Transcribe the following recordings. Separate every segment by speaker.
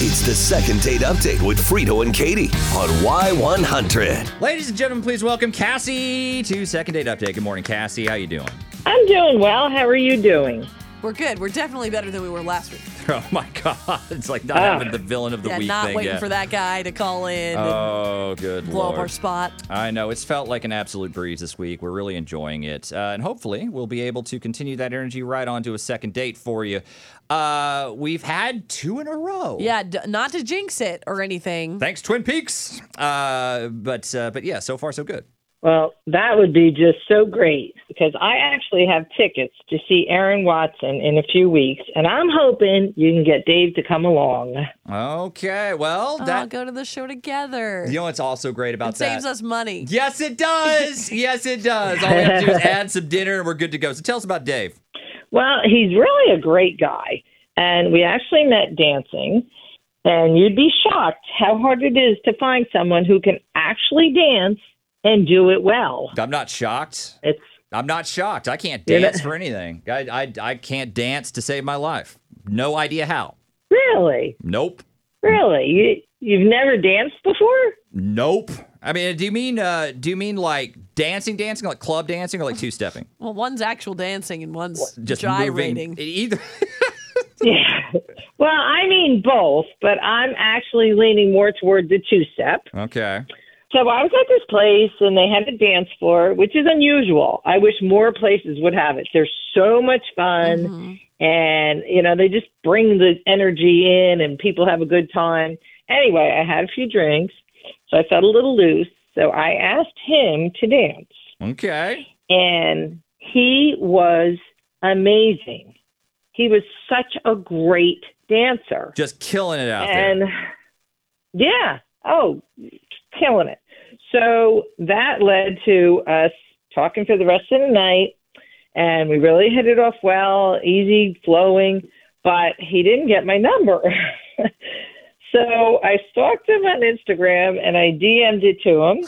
Speaker 1: It's the second date update with Frito and Katie on Y100.
Speaker 2: Ladies and gentlemen, please welcome Cassie to Second Date Update. Good morning, Cassie. How you doing?
Speaker 3: I'm doing well. How are you doing?
Speaker 4: We're good. We're definitely better than we were last week.
Speaker 2: Oh my God! It's like not
Speaker 3: Ah.
Speaker 2: having the villain of the
Speaker 4: yeah,
Speaker 2: week
Speaker 4: not
Speaker 2: thing
Speaker 4: waiting
Speaker 2: yet.
Speaker 4: for that guy to call in
Speaker 2: Oh, good
Speaker 4: and blow
Speaker 2: lord!
Speaker 4: up our spot.
Speaker 2: I know it's felt like an absolute breeze this week. We're really enjoying it, uh, and hopefully, we'll be able to continue that energy right on to a second date for you. Uh, we've had two in a row.
Speaker 4: Yeah, d- not to jinx it or anything.
Speaker 2: Thanks, Twin Peaks. Uh, but uh, but yeah, so far so good.
Speaker 3: Well, that would be just so great because I actually have tickets to see Aaron Watson in a few weeks, and I'm hoping you can get Dave to come along.
Speaker 2: Okay. Well,
Speaker 4: oh,
Speaker 2: that
Speaker 4: go to the show together.
Speaker 2: you know what's also great about
Speaker 4: it
Speaker 2: that
Speaker 4: saves us money.
Speaker 2: Yes, it does. yes, it does. All we have to do is add some dinner and we're good to go. So tell us about Dave.
Speaker 3: Well, he's really a great guy, and we actually met dancing. And you'd be shocked how hard it is to find someone who can actually dance and do it well.
Speaker 2: I'm not shocked.
Speaker 3: It's
Speaker 2: I'm not shocked. I can't
Speaker 3: You're not-
Speaker 2: dance for anything. I, I, I can't dance to save my life. No idea how.
Speaker 3: really,
Speaker 2: Nope.
Speaker 3: really, you, you've never danced before?
Speaker 2: Nope. I mean, do you mean uh, do you mean like dancing, dancing, like club dancing, or like two stepping?
Speaker 4: Well, one's actual dancing and one's
Speaker 2: Just
Speaker 4: gyrating.
Speaker 2: moving. Either.
Speaker 3: Yeah. Well, I mean both, but I'm actually leaning more toward the two step.
Speaker 2: okay.
Speaker 3: So I was at this place and they had a dance floor, which is unusual. I wish more places would have it. They're so much fun and you know, they just bring the energy in and people have a good time. Anyway, I had a few drinks, so I felt a little loose. So I asked him to dance
Speaker 2: Okay.
Speaker 3: and he was amazing. He was such a great dancer.
Speaker 2: Just killing it out there.
Speaker 3: and yeah, oh, killing it. So that led to us talking for the rest of the night, and we really hit it off well, easy flowing. But he didn't get my number, so I stalked him on Instagram and I DM'd it to him,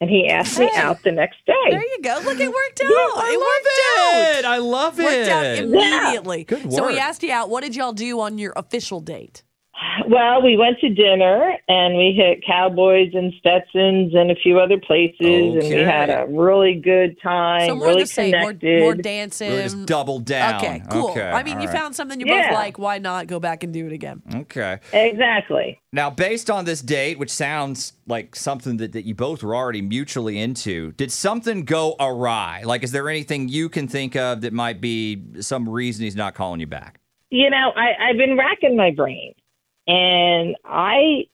Speaker 3: and he asked me
Speaker 4: Hey.
Speaker 3: out the next day.
Speaker 4: There you go. Look, it worked out.
Speaker 2: I
Speaker 4: it
Speaker 2: love it.
Speaker 4: worked out.
Speaker 2: I love it.
Speaker 4: Worked out immediately.
Speaker 2: Good
Speaker 4: So
Speaker 2: work.
Speaker 4: he asked you out. What did y'all do on your official date?
Speaker 3: Well, we went to dinner and we hit Cowboys and Stetsons and a few other places, and
Speaker 2: Okay.
Speaker 3: we had a really good time.
Speaker 4: so more
Speaker 3: really
Speaker 4: the same. More,
Speaker 3: connected.
Speaker 4: more dancing.
Speaker 2: Really just double down.
Speaker 4: Okay, cool.
Speaker 2: Okay,
Speaker 4: I mean,
Speaker 2: all
Speaker 4: you
Speaker 2: right.
Speaker 4: found something you
Speaker 3: Yeah.
Speaker 4: both like. Why not go back and do it again?
Speaker 2: Okay.
Speaker 3: exactly.
Speaker 2: Now, based on this date, which sounds like something that, that you both were already mutually into, did something go awry? Like, is there anything you can think of that might be some reason he's not calling you back?
Speaker 3: You know, I, I've been racking my brain, and I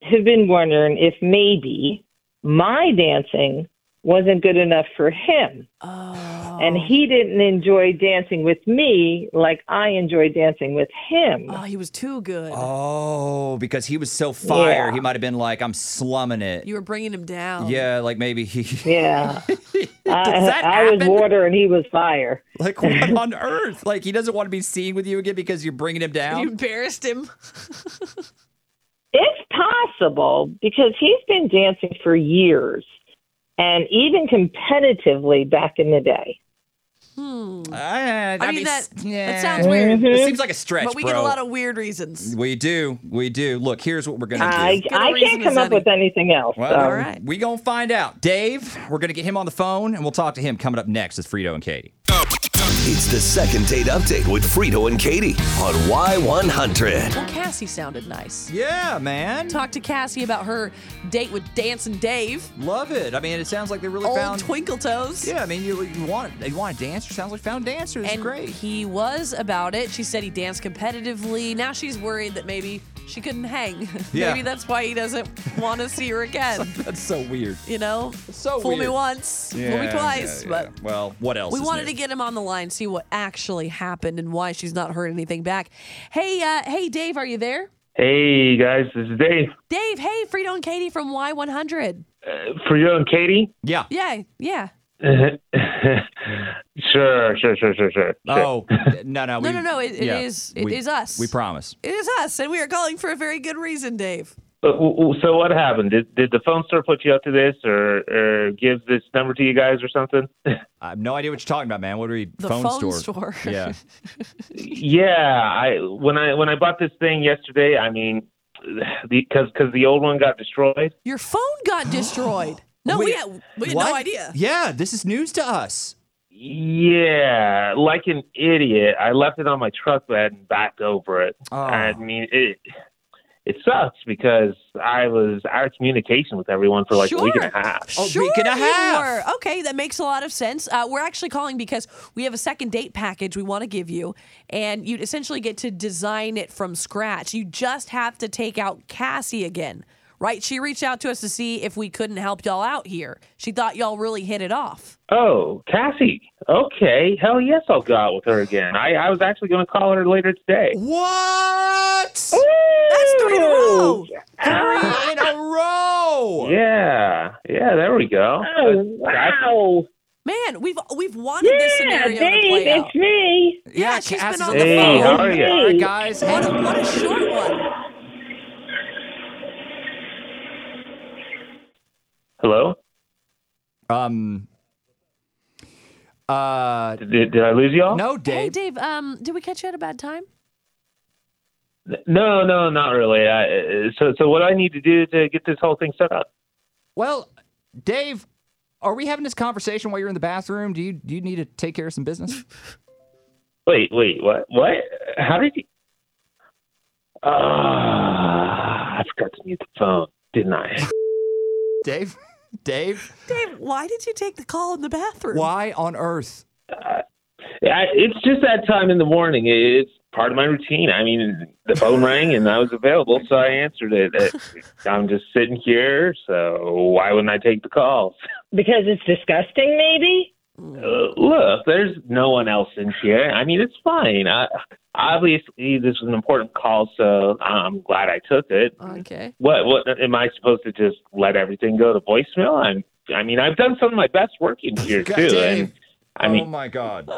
Speaker 3: have been wondering if maybe my dancing wasn't good enough for him,
Speaker 4: Oh.
Speaker 3: and he didn't enjoy dancing with me like I enjoy dancing with him.
Speaker 4: Oh, he was too good.
Speaker 2: Oh, because he was so fire,
Speaker 3: Yeah.
Speaker 2: he might have been like, I'm slumming it.
Speaker 4: You were bringing him down.
Speaker 2: yeah, like maybe he,
Speaker 3: Yeah, I,
Speaker 2: that
Speaker 3: I was
Speaker 2: happen?
Speaker 3: water and he was fire.
Speaker 2: like, what on earth? Like, he doesn't want to be seen with you again because you're bringing him
Speaker 4: You
Speaker 2: down?
Speaker 4: embarrassed him.
Speaker 3: It's possible because he's been dancing for years and even competitively back in the day.
Speaker 4: Hmm.
Speaker 2: Ah, I,
Speaker 4: I mean, that-
Speaker 2: yeah.
Speaker 4: sounds weird.
Speaker 2: It seems like a stretch,
Speaker 4: But we
Speaker 2: bro.
Speaker 4: get a lot of weird reasons.
Speaker 2: We do. We do. Look, here's what we're going to do.
Speaker 3: I,
Speaker 4: Good
Speaker 3: I
Speaker 4: reason
Speaker 3: can't
Speaker 4: is
Speaker 3: come up
Speaker 4: any-
Speaker 3: with anything else.
Speaker 2: well,
Speaker 3: so.
Speaker 2: all
Speaker 4: right.
Speaker 2: We going to find out. Dave, we're going to get him on the phone and we'll talk to him coming up next with Frito and Katie.
Speaker 1: It's the second date update with Frito and Katie on Y100.
Speaker 4: Well, Cassie sounded nice.
Speaker 2: Yeah, man.
Speaker 4: Talked to Cassie about her date with Dancing Dave,
Speaker 2: Love it. I mean, it sounds like they really
Speaker 4: old
Speaker 2: found
Speaker 4: Twinkle Toes.
Speaker 2: Yeah, I mean, you, you want you want a dancer. Sounds like found dancer. This is
Speaker 4: And
Speaker 2: great.
Speaker 4: he was about it. She said he danced competitively. Now she's worried that maybe she couldn't hang.
Speaker 2: Yeah.
Speaker 4: maybe that's why he doesn't want to see her again.
Speaker 2: That's so weird.
Speaker 4: You know?
Speaker 2: so
Speaker 4: Fool me
Speaker 2: weird.
Speaker 4: once,
Speaker 2: Yeah,
Speaker 4: fool me twice.
Speaker 2: yeah,
Speaker 4: But
Speaker 2: yeah. well, what else?
Speaker 4: We
Speaker 2: is
Speaker 4: wanted
Speaker 2: new?
Speaker 4: to get him on the line, see what actually happened and why she's not heard anything back. Hey, uh, hey, Dave, are you there?
Speaker 5: Hey guys, this is Dave.
Speaker 4: Dave, hey, Frito and Katie from Y100.
Speaker 5: For you and Katie?
Speaker 2: Yeah.
Speaker 4: Yeah, yeah.
Speaker 5: Sure, sure, sure, sure, sure.
Speaker 2: Oh no no we,
Speaker 4: no, no, it- it
Speaker 2: yeah,
Speaker 4: is- it
Speaker 2: we-
Speaker 4: is us.
Speaker 2: We promise.
Speaker 4: It is us, and we are calling for a very good reason, Dave.
Speaker 5: Uh, w- w- So what happened? Did, did the phone store put you up to this, or, or give this number to you guys, or something?
Speaker 2: I have no idea what you're talking about, man. What are we
Speaker 4: The
Speaker 2: phone,
Speaker 4: phone
Speaker 2: store?
Speaker 4: store.
Speaker 2: Yeah.
Speaker 5: yeah, I when I when I bought this thing yesterday, I mean, because because the old one got destroyed.
Speaker 4: Your phone got destroyed. No, we
Speaker 2: Wait,
Speaker 4: had, we had
Speaker 2: what?
Speaker 4: no idea.
Speaker 2: Yeah, this is news to us.
Speaker 5: Yeah, like an idiot, I left it on my truck bed and backed over it.
Speaker 2: Oh.
Speaker 5: I mean, it it sucks because I was out of communication with everyone for like a week and a
Speaker 4: Sure.
Speaker 5: half.
Speaker 2: A
Speaker 4: sure
Speaker 2: week and a
Speaker 4: you
Speaker 2: half.
Speaker 4: were. Okay, that makes a lot of sense. Uh, we're actually calling because we have a second date package we want to give you, and you essentially get to design it from scratch. You just have to take out Cassie again, right? She reached out to us to see if we couldn't help y'all out here. She thought y'all really hit it off.
Speaker 5: Oh, Cassie. Okay, hell yes, I'll go out with her again. I, I was actually going to call her later today.
Speaker 2: What?
Speaker 4: That's three in a row.
Speaker 2: Three in a row.
Speaker 5: Yeah, yeah, there we go. Uh,
Speaker 3: Oh wow!
Speaker 4: Man, we've we've wanted this
Speaker 3: Yeah,
Speaker 4: scenario to
Speaker 3: Dave,
Speaker 4: play out.
Speaker 3: it's me.
Speaker 4: Yeah,
Speaker 2: she's
Speaker 4: she's been on
Speaker 5: the Hey, phone. how are ya?
Speaker 2: All right, guys.
Speaker 4: What a,
Speaker 2: hey.
Speaker 4: what a short one.
Speaker 5: Hello.
Speaker 2: Um. Uh.
Speaker 5: Did, did I lose y'all?
Speaker 2: No,
Speaker 4: Hey,
Speaker 2: Dave.
Speaker 4: Dave, um, did we catch you at a bad time?
Speaker 5: No, no, not really. I, uh, so, so what I need to do to get this whole thing set up?
Speaker 2: Well, Dave, are we having this conversation while you're in the bathroom? Do you do you need to take care of some business?
Speaker 5: Wait, wait, what? What? How did you? Uh, I forgot to mute the phone, didn't I?
Speaker 2: Dave, Dave,
Speaker 4: Dave, why did you take the call in the bathroom?
Speaker 2: why on earth?
Speaker 5: I it's just that time in the morning. It's part of my routine. I mean, the phone rang and I was available, so I answered it. Uh, I'm just sitting here, so why wouldn't I take the call?
Speaker 3: Because it's disgusting, maybe.
Speaker 5: Uh, look, there's no one else in here. I mean, it's fine. I, obviously, this was an important call, so I'm glad I took it.
Speaker 4: Okay.
Speaker 5: What? What am I supposed to just let everything go to voicemail? I'm. I mean, I've done some of my best work in here
Speaker 2: God,
Speaker 5: too,
Speaker 2: Dave.
Speaker 5: and I mean,
Speaker 2: my god.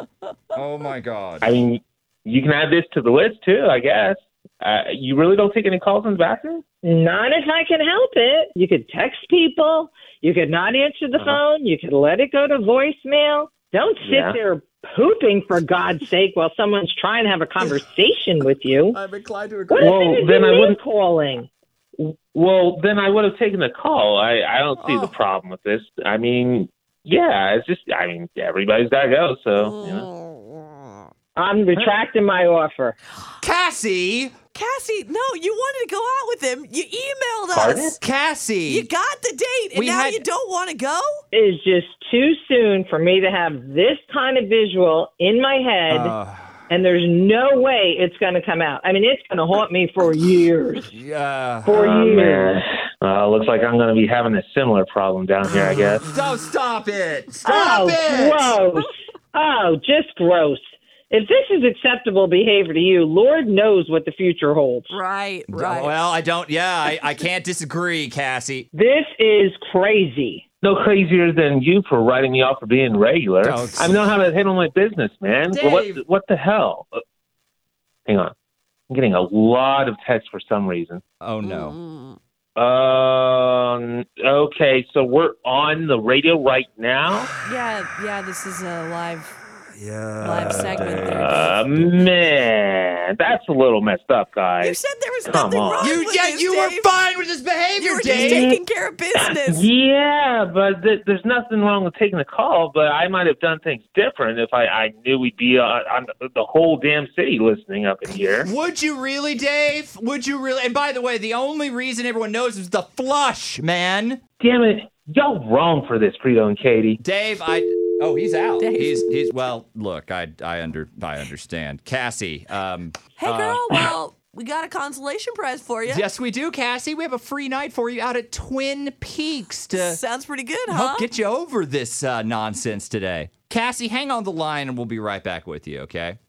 Speaker 2: Oh my god.
Speaker 5: I mean, you can add this to the list too, I guess. Uh, you really don't take any calls in the bathroom?
Speaker 3: Not if I can help it. You could text people. You could not answer the
Speaker 5: Uh-huh.
Speaker 3: phone. You could let it go to voicemail. Don't sit
Speaker 5: Yeah.
Speaker 3: there pooping for God's sake while someone's trying to have a conversation with you.
Speaker 2: I'm inclined to
Speaker 3: What
Speaker 2: agree.
Speaker 3: if
Speaker 5: Well,
Speaker 3: it is
Speaker 5: then
Speaker 3: a
Speaker 5: I
Speaker 3: man
Speaker 5: wouldn't-
Speaker 3: calling?
Speaker 5: Well, then I would have taken the call. I, I don't see
Speaker 4: Oh.
Speaker 5: the problem with this. I mean, yeah, it's just, I mean, everybody's got to go, so. You know.
Speaker 2: Oh.
Speaker 3: I'm retracting my offer.
Speaker 2: Cassie,
Speaker 4: Cassie, no, you wanted to go out with him. You emailed us.
Speaker 5: Pardon?
Speaker 2: Cassie.
Speaker 4: You got the date, and
Speaker 2: We
Speaker 4: now
Speaker 2: had-
Speaker 4: you don't want to go?
Speaker 3: It is just too soon for me to have this kind of visual in my head,
Speaker 2: Uh,
Speaker 3: and there's no way it's going to come out. I mean, it's going to haunt me for years.
Speaker 2: yeah.
Speaker 3: For
Speaker 5: Oh,
Speaker 3: years.
Speaker 5: man. Uh, looks like I'm going to be having a similar problem down here, I
Speaker 2: Oh.
Speaker 5: guess.
Speaker 2: Don't stop it. Stop
Speaker 3: Oh,
Speaker 2: it.
Speaker 3: gross. Oh, just gross. If this is acceptable behavior to you, Lord knows what the future holds.
Speaker 4: Right,
Speaker 2: Well, I don't. Yeah, I, I can't disagree, Cassie.
Speaker 3: This is crazy.
Speaker 5: No crazier than you for writing me off for being regular.
Speaker 2: Don't.
Speaker 5: I know how to handle my business, man.
Speaker 2: Dave.
Speaker 5: What, what the hell? Uh, Hang on. I'm getting a lot of texts for some reason.
Speaker 2: Oh no.
Speaker 5: Um. Okay, so we're on the radio right now.
Speaker 4: Yeah, yeah, this is a live
Speaker 2: Yeah.
Speaker 4: live segment there.
Speaker 5: Uh, man, that's a little messed up,
Speaker 4: you
Speaker 5: guys.
Speaker 4: said there was
Speaker 5: come
Speaker 4: nothing
Speaker 5: on.
Speaker 4: wrong
Speaker 2: You
Speaker 4: with
Speaker 2: yeah,
Speaker 4: this,
Speaker 2: you
Speaker 4: Dave.
Speaker 2: were fine with this behavior,
Speaker 4: You were just
Speaker 2: Dave.
Speaker 4: taking care of business.
Speaker 5: Yeah, but th- there's nothing wrong with taking the call. But I might have done things different if I, I knew we'd be on, on the whole damn city listening up in here.
Speaker 2: Would you really, Dave? Would you really? And by the way, the only reason everyone knows is the flush, man.
Speaker 5: Damn it, y'all wrong for this, Frito and Katie.
Speaker 2: Dave, I. Oh, he's out.
Speaker 4: Dave.
Speaker 2: He's he's. Well, look, I I under I understand, Cassie. Um,
Speaker 4: Hey, girl, well, we got a consolation prize for you.
Speaker 2: yes, we do, Cassie. We have a free night for you out at Twin Peaks to
Speaker 4: Sounds pretty good, huh?
Speaker 2: help get you over this uh, nonsense today. Cassie, hang on the line, and we'll be right back with you. Okay.